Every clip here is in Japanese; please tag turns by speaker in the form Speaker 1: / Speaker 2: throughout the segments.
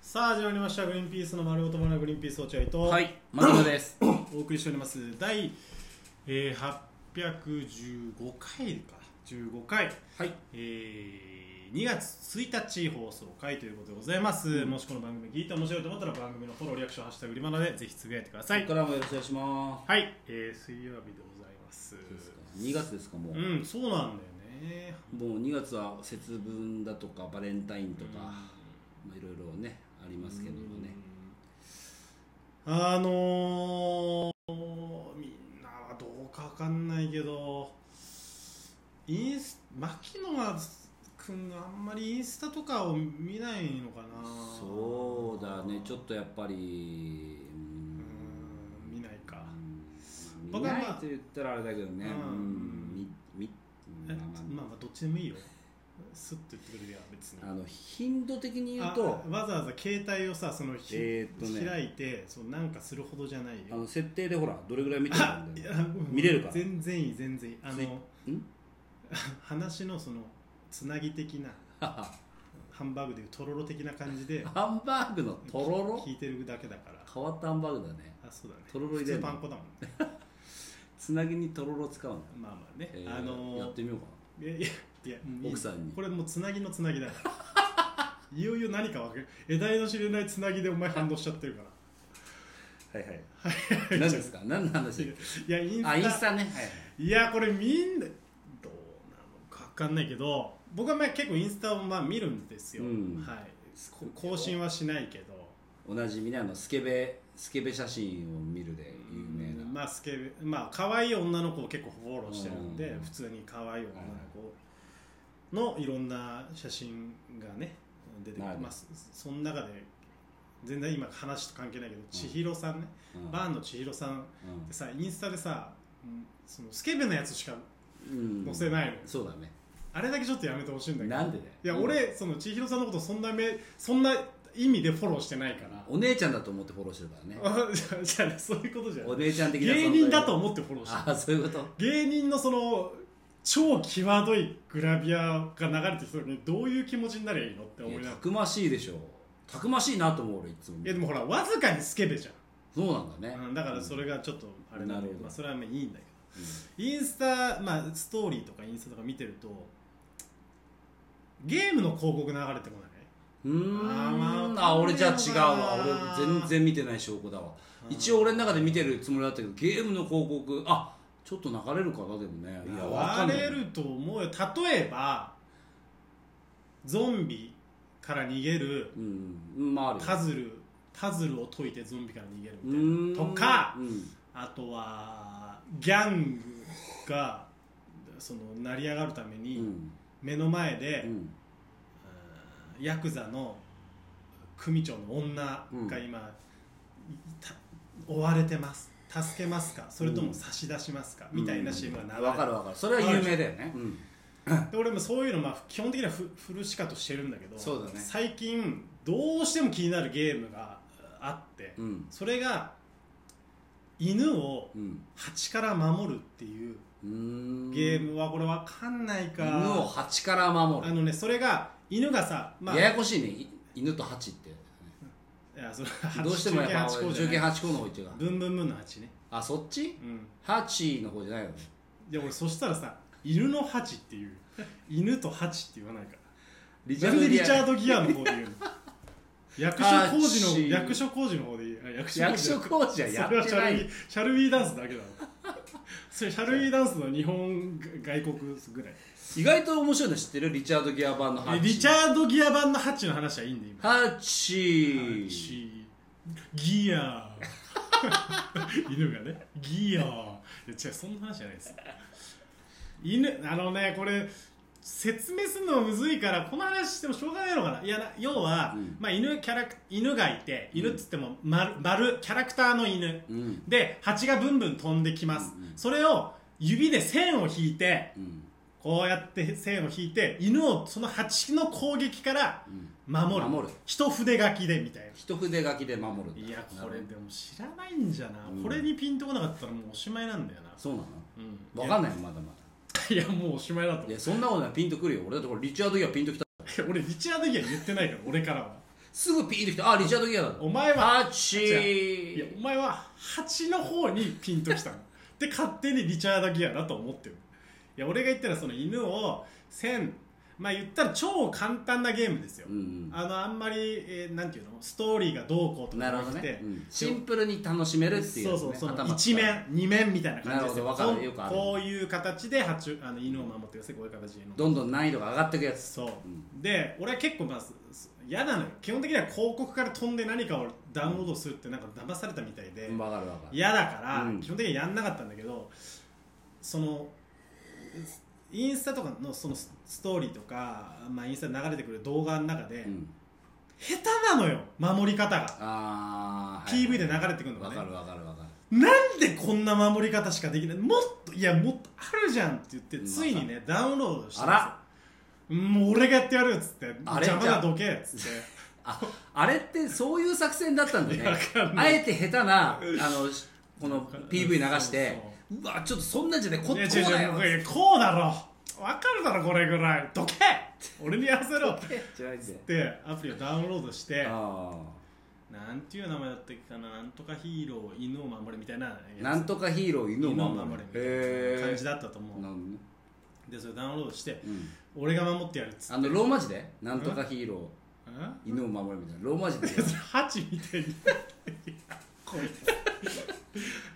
Speaker 1: さあ始まりました「グリーンピースの丸ごとバナナグリーンピース落合」と
Speaker 2: はい、松田です。
Speaker 1: お送りしております第、えー、815回か15回、
Speaker 2: はい、
Speaker 1: えー2月1日放送回ということでございます、
Speaker 2: うん
Speaker 1: もしこの番組聞いて面白いと思ったら番組のフォローリアクション「ハッシュタグリマナ」でぜひつぶやいてくださ
Speaker 2: こ
Speaker 1: い
Speaker 2: こからもよろしくお願いしま
Speaker 1: はい、えー水曜日でございます
Speaker 2: す。2月ですか、もう。
Speaker 1: うんそうなんだよね
Speaker 2: もう2月は節分だとか、バレンタインとか、まあいろいろね、ありますけどもね。
Speaker 1: うんあのーみんなはどうかわかんないけどインス牧野君があんまりインスタとかを見ないのかな
Speaker 2: そうだね、ちょっ
Speaker 1: と
Speaker 2: とやっぱり、うーん
Speaker 1: 見ないか
Speaker 2: うん見
Speaker 1: 僕は
Speaker 2: ない
Speaker 1: まあ
Speaker 2: と言ったらあれだけどね、
Speaker 1: う
Speaker 2: うんん、み、
Speaker 1: え
Speaker 2: み、
Speaker 1: まあまあどっちでもいいよスッと言ってくれりゃ別に
Speaker 2: あの、頻度的に言うと、
Speaker 1: あわざわざ携帯をさそのひ、
Speaker 2: えーっとね
Speaker 1: 開いてそうなんかするほどじゃない
Speaker 2: あ
Speaker 1: よ
Speaker 2: の、設定でほら、どれぐらい見てる
Speaker 1: あ
Speaker 2: ん
Speaker 1: い
Speaker 2: だ
Speaker 1: や
Speaker 2: よ。
Speaker 1: うん
Speaker 2: 見れるから
Speaker 1: 全然いい全然いいあ
Speaker 2: ツイ
Speaker 1: の
Speaker 2: ん
Speaker 1: 話のそのつなぎ的な
Speaker 2: ハ
Speaker 1: ハンバーグでいうとろろ的な感じで
Speaker 2: ンバーグの とろ ろ
Speaker 1: 聞いてるだけだから
Speaker 2: 変わったハンバーグだね
Speaker 1: あそうだね
Speaker 2: とろろ
Speaker 1: 普
Speaker 2: 入れ
Speaker 1: 通
Speaker 2: るの
Speaker 1: パン粉だもんね
Speaker 2: つなぎにとろろ使うの、
Speaker 1: まあまあね、
Speaker 2: え
Speaker 1: あ
Speaker 2: ーや
Speaker 1: の
Speaker 2: ってみようか
Speaker 1: いやいやいやもういい
Speaker 2: 奥さんに
Speaker 1: これもうつなぎのつなぎだから いよいよ何か分かる得体の知れないつなぎでお前反応しちゃってる から
Speaker 2: なはいはい 何ですか何の話だっ
Speaker 1: いやイン
Speaker 2: け
Speaker 1: スタ
Speaker 2: あインスタね、
Speaker 1: いやこれみんなどうなのか分かんないけど僕はまあ結構インスタをまあ見るんですよ、
Speaker 2: うん
Speaker 1: はい、こ更新はしないけど
Speaker 2: おなじみねあのスケベスケベ写真を見るで有名な、
Speaker 1: うんまあスケベまあ可愛い女の子を結構フォローしてるんで、
Speaker 2: うん
Speaker 1: 普通に可愛い女の子のいろんな写真がね出てきて
Speaker 2: なるほど
Speaker 1: ますその中で全然今話と関係ないけど千尋さんね、
Speaker 2: うん
Speaker 1: バーンの千尋さんってさインスタでさうんそのスケベなやつしか
Speaker 2: うん
Speaker 1: 載せないの
Speaker 2: そうだね
Speaker 1: あれだけちょっとやめてほしいんだけど
Speaker 2: なんでだよ
Speaker 1: いや、俺その千尋さんのことそんな目そんな意味でフォローしてないから
Speaker 2: お姉ちゃんだと思ってフォローしてるからね
Speaker 1: あ じゃあじゃあそういうことじゃな
Speaker 2: お
Speaker 1: い
Speaker 2: 姉ちゃん的な存在
Speaker 1: 芸人だと思ってフォローして
Speaker 2: あそういうこと
Speaker 1: る芸人のその超際どいグラビアが流れてきた時にどういう気持ちになりゃいいのって
Speaker 2: い
Speaker 1: 思いなが
Speaker 2: や
Speaker 1: ら
Speaker 2: たくましいでしょたくましいなと思う俺いつも
Speaker 1: いやでもほらわずかにスケベじ
Speaker 2: そうなんだ
Speaker 1: ゃ
Speaker 2: ね
Speaker 1: ん、、うんだからそれがちょっとあれなんだ
Speaker 2: な
Speaker 1: け
Speaker 2: る
Speaker 1: ど
Speaker 2: ほど
Speaker 1: まあ、それはまあいいんだけど
Speaker 2: うん
Speaker 1: インスタ、まあ、ストーリーとかインスタとか見てるとゲームの広告流れてこないう
Speaker 2: ー
Speaker 1: あー
Speaker 2: ん
Speaker 1: まあ
Speaker 2: あ俺じゃあ違う
Speaker 1: わかんねえな
Speaker 2: わ俺全然見てない証拠だわ
Speaker 1: うん
Speaker 2: 一応俺の中で見てるつもりだったけどゲームの広告あちょっと流れるかなでもねいやわかん
Speaker 1: 流
Speaker 2: ない
Speaker 1: れると思うよ例えばゾンビから逃げる
Speaker 2: うんまあある
Speaker 1: パズルパズルを解いてゾンビから逃げる
Speaker 2: う
Speaker 1: みたいな
Speaker 2: ーん
Speaker 1: とか
Speaker 2: うん
Speaker 1: あとはギャングがその成り上がるため
Speaker 2: う
Speaker 1: に
Speaker 2: ん
Speaker 1: 目の前で、
Speaker 2: うん
Speaker 1: うんヤクザの組長の女が今、た追われてます助けますかそれとも差し出しますか、みたいなシーンが流れて
Speaker 2: わかるわかるそれは有名だよねうん
Speaker 1: で俺もそういうのまあ基本的にはフフルシカとしてるんだけど
Speaker 2: そうだね
Speaker 1: 最近どうしても気になるゲームがあって、
Speaker 2: うん
Speaker 1: それが犬を
Speaker 2: うん
Speaker 1: 蜂から守るっていう
Speaker 2: うーん
Speaker 1: ゲームはこれわかんないか、
Speaker 2: 犬を蜂から守
Speaker 1: あ
Speaker 2: る
Speaker 1: のねそれが犬がさ、まあ、
Speaker 2: ややこしいねい犬と蜂って
Speaker 1: いやそれは
Speaker 2: どうしてもやっぱ
Speaker 1: 中堅八
Speaker 2: 中堅
Speaker 1: 高
Speaker 2: 八高の方行ってるか
Speaker 1: ブンブンブンの蜂ね、
Speaker 2: らあそっち
Speaker 1: うん、
Speaker 2: 蜂の方じゃないよね
Speaker 1: で俺そしたらさ犬の蜂っていう犬と蜂って言わないから
Speaker 2: リ
Speaker 1: なんでリチャー
Speaker 2: ド
Speaker 1: ド・ギアの方で言う の役所工事の役所工事の方で言うあ役
Speaker 2: 役所工事は
Speaker 1: や
Speaker 2: や
Speaker 1: それ
Speaker 2: っ
Speaker 1: は
Speaker 2: て
Speaker 1: シャ
Speaker 2: な
Speaker 1: ルウ
Speaker 2: い
Speaker 1: ィーシャルウィーダンスだけだろそれシャルウィーダンスの日本外国ぐらい
Speaker 2: 意外と面白いの知ってるリチャード・ギア版のハッ
Speaker 1: え
Speaker 2: チ
Speaker 1: リチャード・ギア版のハッチの話はいいんで今
Speaker 2: ハッチ
Speaker 1: ハッチギア 犬がねギアいや違うそんな話じゃないです犬あのねこれ説明するのむずいからこの話してもしょうがないのかないやな要は、
Speaker 2: うん
Speaker 1: まあ、犬キャラク犬がいて犬っつっても丸丸キャラクターの犬
Speaker 2: うん
Speaker 1: で蜂がブンブン飛んできます、
Speaker 2: うんうん
Speaker 1: それを指で線を引いて
Speaker 2: うん
Speaker 1: こうやって線を引いて犬をその蜂の攻撃から
Speaker 2: うん
Speaker 1: 守る
Speaker 2: 守る
Speaker 1: 一筆書きでみたいな
Speaker 2: 一筆書きで守るんだ
Speaker 1: いやこれ
Speaker 2: なる
Speaker 1: でも知らないんじゃな、
Speaker 2: うん
Speaker 1: これにピンとこなかったらもうおしまいなんだよな
Speaker 2: ほどそうな
Speaker 1: うん
Speaker 2: のわかんないよまだま
Speaker 1: いやいやもうおしまいだと
Speaker 2: だ
Speaker 1: 思
Speaker 2: いうやそんなことないピンとくるよ俺だってこれリチャード・ギアピンときた
Speaker 1: いや俺リチャード・ギア言ってないから俺からは
Speaker 2: すぐピーンときてあリチャード・ギアだ
Speaker 1: お前は
Speaker 2: ハチ
Speaker 1: いやお前は蜂の方にピンと きたので勝手にリチャード・ギアだと思ってるいや俺が言ったらその犬を1000まあ言ったら超簡単なゲームですよ、
Speaker 2: うん
Speaker 1: あのあんまり、えーなんていうのストーリーがどうこうとか
Speaker 2: な
Speaker 1: じゃ
Speaker 2: る
Speaker 1: な
Speaker 2: ほ
Speaker 1: く
Speaker 2: ど
Speaker 1: て、
Speaker 2: ね、うんシンプルに楽しめるっていう、ね、
Speaker 1: そうそうそ
Speaker 2: 頭
Speaker 1: の
Speaker 2: 使
Speaker 1: 一
Speaker 2: う
Speaker 1: 面二面みたいな感じですよ
Speaker 2: なるほどわ
Speaker 1: こ
Speaker 2: かる
Speaker 1: う
Speaker 2: よくある
Speaker 1: こういう形で爬虫あの犬を守ってくださいこういう形で犬を
Speaker 2: どんどん難易度が上がっていくやつ
Speaker 1: そう、
Speaker 2: う
Speaker 1: で俺は結構まあすす嫌なのよ基本的には広告から飛んで何かをダウンロードするってなんか騙されたみたいで
Speaker 2: 分かる分かる
Speaker 1: 嫌だから、
Speaker 2: うん
Speaker 1: 基本的にはやんなかったんだけどそのインスタとかのそのスストーリーとか、まあ、インスタで流れてくる動画の中で、
Speaker 2: うん
Speaker 1: 下手なのよ守り方が、
Speaker 2: ああ
Speaker 1: PV で流れてくるのがね
Speaker 2: 分かる分かる分かる
Speaker 1: なんでこんな守り方しかできないもっといやもっとあるじゃんって言って
Speaker 2: うん
Speaker 1: ついにねダウンロードした
Speaker 2: あ
Speaker 1: んですよ
Speaker 2: ら
Speaker 1: もう俺がやってやるっつって
Speaker 2: あれ
Speaker 1: 邪魔だどけっつって
Speaker 2: ああれってそういう作戦だったんだね
Speaker 1: いやわかんな
Speaker 2: あえて下手なあのしこの PV 流して
Speaker 1: そう
Speaker 2: うわちょっとそんなんじゃねえこっ
Speaker 1: い
Speaker 2: ち
Speaker 1: や
Speaker 2: こ
Speaker 1: 違う
Speaker 2: うだ
Speaker 1: 違う
Speaker 2: よ
Speaker 1: いやこうだろわかるだろこれぐらいどけ俺にやらせろっ
Speaker 2: じゃあいいぜ
Speaker 1: てアプリをダウンロードして
Speaker 2: ああ
Speaker 1: なんていう名前だったっけかななんとかヒーロー犬を守れみたいなやつ
Speaker 2: なんとかヒーロー犬
Speaker 1: 犬
Speaker 2: を
Speaker 1: を
Speaker 2: 守
Speaker 1: 守
Speaker 2: る
Speaker 1: れみたいな感じ
Speaker 2: だ
Speaker 1: だったと思
Speaker 2: なるほどね
Speaker 1: うでそれダウンロードして
Speaker 2: うん
Speaker 1: 俺が守ってやるっつって
Speaker 2: あのローマ字でなんとかヒーロー
Speaker 1: うん
Speaker 2: 犬を守るみたいなローマ字で
Speaker 1: ハチみたいに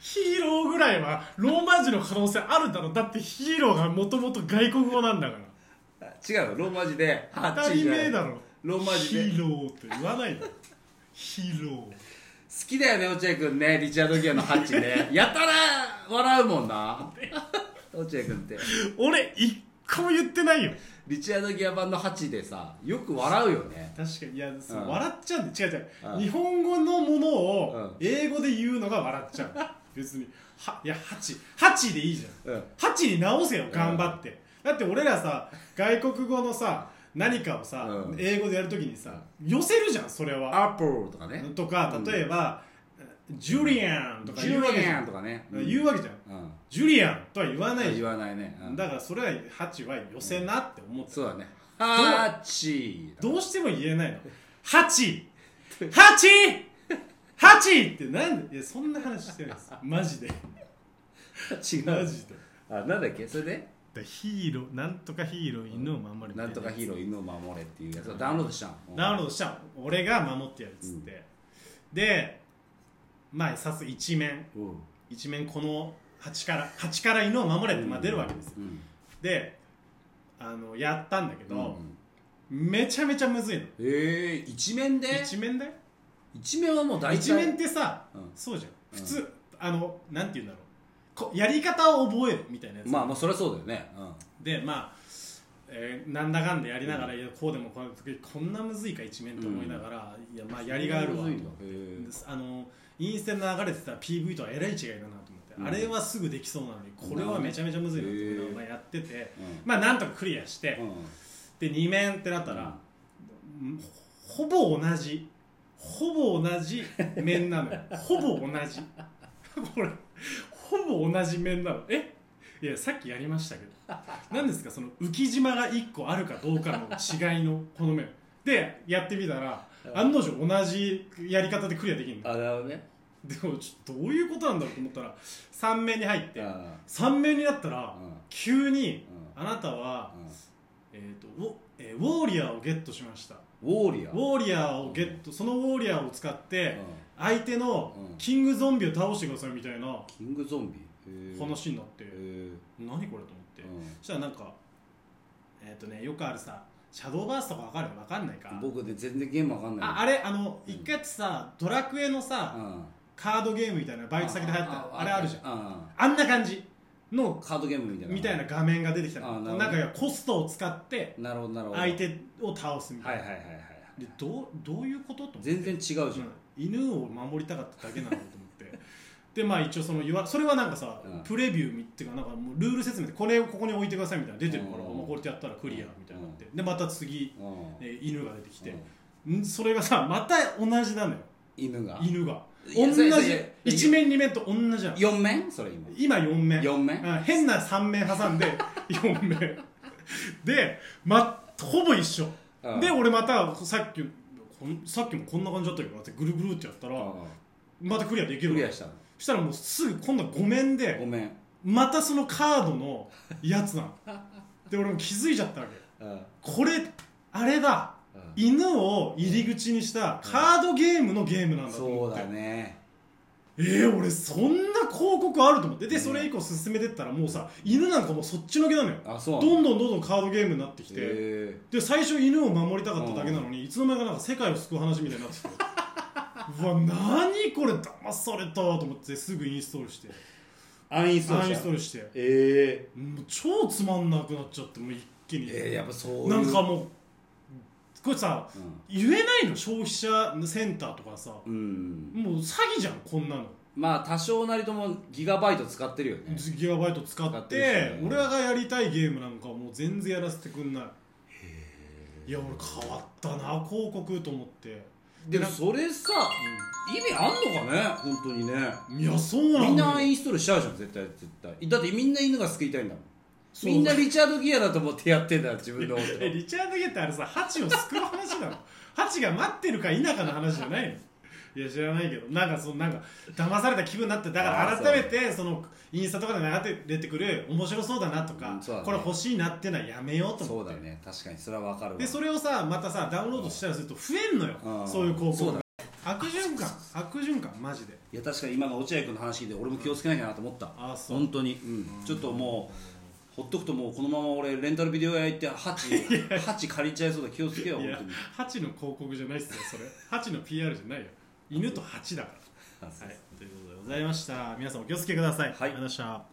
Speaker 1: ヒーローぐらいはローマ字の可能性あるだろうだってヒーローがもともと外国語なんだから
Speaker 2: 違うよローマ字で
Speaker 1: 当たり前だろ
Speaker 2: ローマ字
Speaker 1: ヒ
Speaker 2: で
Speaker 1: ーローって言わないだろヒーロ
Speaker 2: 好きだよね落合君ねリチャード・ギアのハッチねやたら笑うもんな落合君って
Speaker 1: ー俺一個も言ってないよ
Speaker 2: リチャード・ギア版のハッチでさよく笑うよね
Speaker 1: 確かにいや、そう
Speaker 2: うん
Speaker 1: 笑っちゃうんだよ違う違う、
Speaker 2: うん
Speaker 1: 日本語のもの
Speaker 2: う
Speaker 1: を
Speaker 2: ん
Speaker 1: 英語で言うのが笑っちゃう別にはいやハチハチでいいじゃん
Speaker 2: うん
Speaker 1: ハチに直せよ頑張って、だって俺らさ外国語のさ何かをさ、
Speaker 2: うん
Speaker 1: 英語でやるときにさ寄せるじゃんそれは
Speaker 2: アップルとかね
Speaker 1: とか例えば、ジュリアンとか
Speaker 2: ジ
Speaker 1: 言うわ
Speaker 2: ュ
Speaker 1: けじ
Speaker 2: リ
Speaker 1: ゃ
Speaker 2: ア
Speaker 1: ん
Speaker 2: ンとかね
Speaker 1: 言うわけじゃん
Speaker 2: うんうん
Speaker 1: ジュリアンとは言わないじ
Speaker 2: 言
Speaker 1: ゃ
Speaker 2: わないねうん
Speaker 1: んだからそれはハチは寄せなって思って
Speaker 2: そうだねハッチ
Speaker 1: どうしても言えないのハチハチハチってなんでいやそんな話してないですマジで
Speaker 2: 違
Speaker 1: マジで
Speaker 2: あなんだっけそれで
Speaker 1: だヒーローなんとかヒーロー犬を守るみた
Speaker 2: ないんとかヒーロー犬を守れっていうやつをダウンロードしたの
Speaker 1: ダウンロードしたの俺が守ってやるっつって、でまあさす一面
Speaker 2: ード
Speaker 1: 一面この蜂から蜂から犬を守れって、まあ、出るわけですよ、
Speaker 2: うん
Speaker 1: であのやったんだけ
Speaker 2: うん
Speaker 1: ど、めちゃめちゃむずいの
Speaker 2: えー一面で
Speaker 1: 一面だよ
Speaker 2: 一面はもう大体
Speaker 1: 一面ってさ、
Speaker 2: うん
Speaker 1: そうじゃん
Speaker 2: うん
Speaker 1: 普通、あのなんて言うんだろうこやり方を覚えるみたいなやつ、
Speaker 2: まあまあそりゃそうだよねうん
Speaker 1: でまあ、えーなんだかんだやりながら、いやこうでもこうでもこんなむずいか一面と思いながら、いやまあやりがあるわ
Speaker 2: むずいんだへー
Speaker 1: ですあのインスタに流れてた PV とはえらい違いだなと思って、
Speaker 2: うん
Speaker 1: あれはすぐできそうなのにこれはめちゃめちゃむずいなと思いながらまあやってて
Speaker 2: う
Speaker 1: まあなんとかクリアして、
Speaker 2: んうん
Speaker 1: で2面ってなったら、んほぼ同じほぼ同じ面なのよ ほぼ同じこれほぼ同じ面なのえいやさっきやりましたけど何ですかその浮島が1個あるかどうかの違いのこの面でやってみたら案の定同じやり方でクリアできるの
Speaker 2: あなるほどね
Speaker 1: でもちょっとどういうことなんだろうと思ったら3面に入っ
Speaker 2: う
Speaker 1: て
Speaker 2: ん
Speaker 1: 3面になったら
Speaker 2: うん
Speaker 1: 急に「
Speaker 2: うん
Speaker 1: あなたは、
Speaker 2: う
Speaker 1: えーとウォえーウォーリアーをゲットしました」
Speaker 2: んウォーリア
Speaker 1: ウォーリアーをゲットそのウォーリアーを使って
Speaker 2: うん
Speaker 1: 相手の
Speaker 2: うん
Speaker 1: キングゾンビを倒してくださいみたいな
Speaker 2: キングゾンビへー
Speaker 1: 話になって
Speaker 2: へー
Speaker 1: 何これと思ってそしたらなんかえっとねよくあるさシャドーバーストとかわかるわかんないか
Speaker 2: うん僕で全然ゲームわかんない
Speaker 1: ああれあの
Speaker 2: うん
Speaker 1: 一回やってさドラクエの
Speaker 2: う
Speaker 1: さ
Speaker 2: ん
Speaker 1: カードゲームみたいなバイト先で流行ったあれあるじゃん
Speaker 2: ん
Speaker 1: あんな感じの
Speaker 2: カードゲームみたいな
Speaker 1: みたいな画面が出てきたの
Speaker 2: あなるほど
Speaker 1: なんかコストを使って
Speaker 2: なるほどなるほど
Speaker 1: 相手を倒すみた
Speaker 2: はい
Speaker 1: い
Speaker 2: は
Speaker 1: ない
Speaker 2: はいはい
Speaker 1: でどうどういうことと思って
Speaker 2: 全然違うじゃん
Speaker 1: うん犬を守りたかっただけなのと思って でまあ一応その言わそれはなんかさ、
Speaker 2: うん
Speaker 1: プレビューみっていうかなんかもうルール説明でこれをここに置いてくださいみたいな出てるから、
Speaker 2: うん
Speaker 1: まあ、これでやったらクリアみたいになって、でまた次、
Speaker 2: うん
Speaker 1: えー犬が出てきて
Speaker 2: うん、
Speaker 1: んそれがさまた同じなのよ
Speaker 2: 犬が
Speaker 1: 犬が
Speaker 2: い
Speaker 1: 同
Speaker 2: や
Speaker 1: じ
Speaker 2: それそれ
Speaker 1: 1面2面と同じなの
Speaker 2: 4面それ
Speaker 1: 今
Speaker 2: 今
Speaker 1: 4面
Speaker 2: 四面
Speaker 1: うん変な3面挟んで 4面で、ま、ほぼ一緒
Speaker 2: うん
Speaker 1: で俺またさっきここんさっきもこんな感じだったけどだってぐるぐるってやったら
Speaker 2: あ
Speaker 1: またクリアでき
Speaker 2: ク
Speaker 1: る
Speaker 2: リ
Speaker 1: わ
Speaker 2: ア
Speaker 1: け
Speaker 2: したの
Speaker 1: したらもうすぐ今度は5面
Speaker 2: ご
Speaker 1: で
Speaker 2: めん
Speaker 1: またそのカードのやつなので俺も気づいちゃったわけ
Speaker 2: うん
Speaker 1: これあれだ
Speaker 2: うん
Speaker 1: 犬を入り口にしたカードゲームのゲームなんだと
Speaker 2: そ
Speaker 1: 思
Speaker 2: う
Speaker 1: って、
Speaker 2: だね
Speaker 1: えー、俺そんな広告あると思ってで
Speaker 2: うん
Speaker 1: それ以降進めてったらもうさ犬なんかもうそっちのけなのよ
Speaker 2: あそう
Speaker 1: ど
Speaker 2: なの
Speaker 1: んどんどんどんカードゲームになってきて、
Speaker 2: へ
Speaker 1: で最初犬を守りたかっただけなのに、いつの間にかなんか世界を救う話みたいになってきて うわ何これ騙されたと思ってすぐインストールして
Speaker 2: ーアンインストール
Speaker 1: アンイン
Speaker 2: し
Speaker 1: ス
Speaker 2: た
Speaker 1: トールして
Speaker 2: え
Speaker 1: もう超つまんなくなっちゃってもう一気
Speaker 2: ー
Speaker 1: に、
Speaker 2: えーやっぱそういう
Speaker 1: なんかもうこれさ
Speaker 2: うん
Speaker 1: 言えないの消費者センターとかさも
Speaker 2: うん
Speaker 1: う詐欺じゃんこんなの、
Speaker 2: まあ多少なりともギガバイト使ってるよね
Speaker 1: ギガバイト使って
Speaker 2: 使ってるしね
Speaker 1: 俺らがやりたいゲームなんかはもう全然やらせてくんないいや俺変わったな広告と思って、
Speaker 2: でもそれさ意味あんのかね本当にね
Speaker 1: うんいやそうなのよ
Speaker 2: みんなアンインストールしちゃうじゃん絶対絶対だってみんな犬が救いたいんだもん
Speaker 1: そう
Speaker 2: みんなリチャード・ギアだと思ってやってんだ自分のこと
Speaker 1: え リチャード・ゲッターあれさハチを救う話なの ハチが待ってるか否かの話じゃないのいや知らないけどなんかそのなんか騙された気分になってだか
Speaker 2: あ
Speaker 1: ら
Speaker 2: ー
Speaker 1: 改めてそのインスタとかで流れてくる面白そうだなとか、
Speaker 2: うんそうだね
Speaker 1: これ欲しいなってのはやめようと
Speaker 2: そ
Speaker 1: 思っ
Speaker 2: う
Speaker 1: て
Speaker 2: だね確かにそれはわかるわ
Speaker 1: でそれをさまたさダウンロードしたりすると増えんのよ
Speaker 2: うん
Speaker 1: そういう広
Speaker 2: そ
Speaker 1: 告
Speaker 2: うだ
Speaker 1: が悪循環悪循環マジで
Speaker 2: いや確かに今の落合君の話聞いて俺も気をつけなきゃなと思った
Speaker 1: あーそう
Speaker 2: 本当に、うん、ちょっともうほっとくともうこのまま俺レンタルビデオ屋行ってハチハチ借りちゃいそうだ気をつけ よ
Speaker 1: い
Speaker 2: 本
Speaker 1: や
Speaker 2: 当に
Speaker 1: ハチの広告じゃないっすよそれハチの PR じゃないよ犬とハチだから
Speaker 2: あそう
Speaker 1: はい、ということでございました。皆さんお気をつけください。
Speaker 2: はい
Speaker 1: ありがとうございました。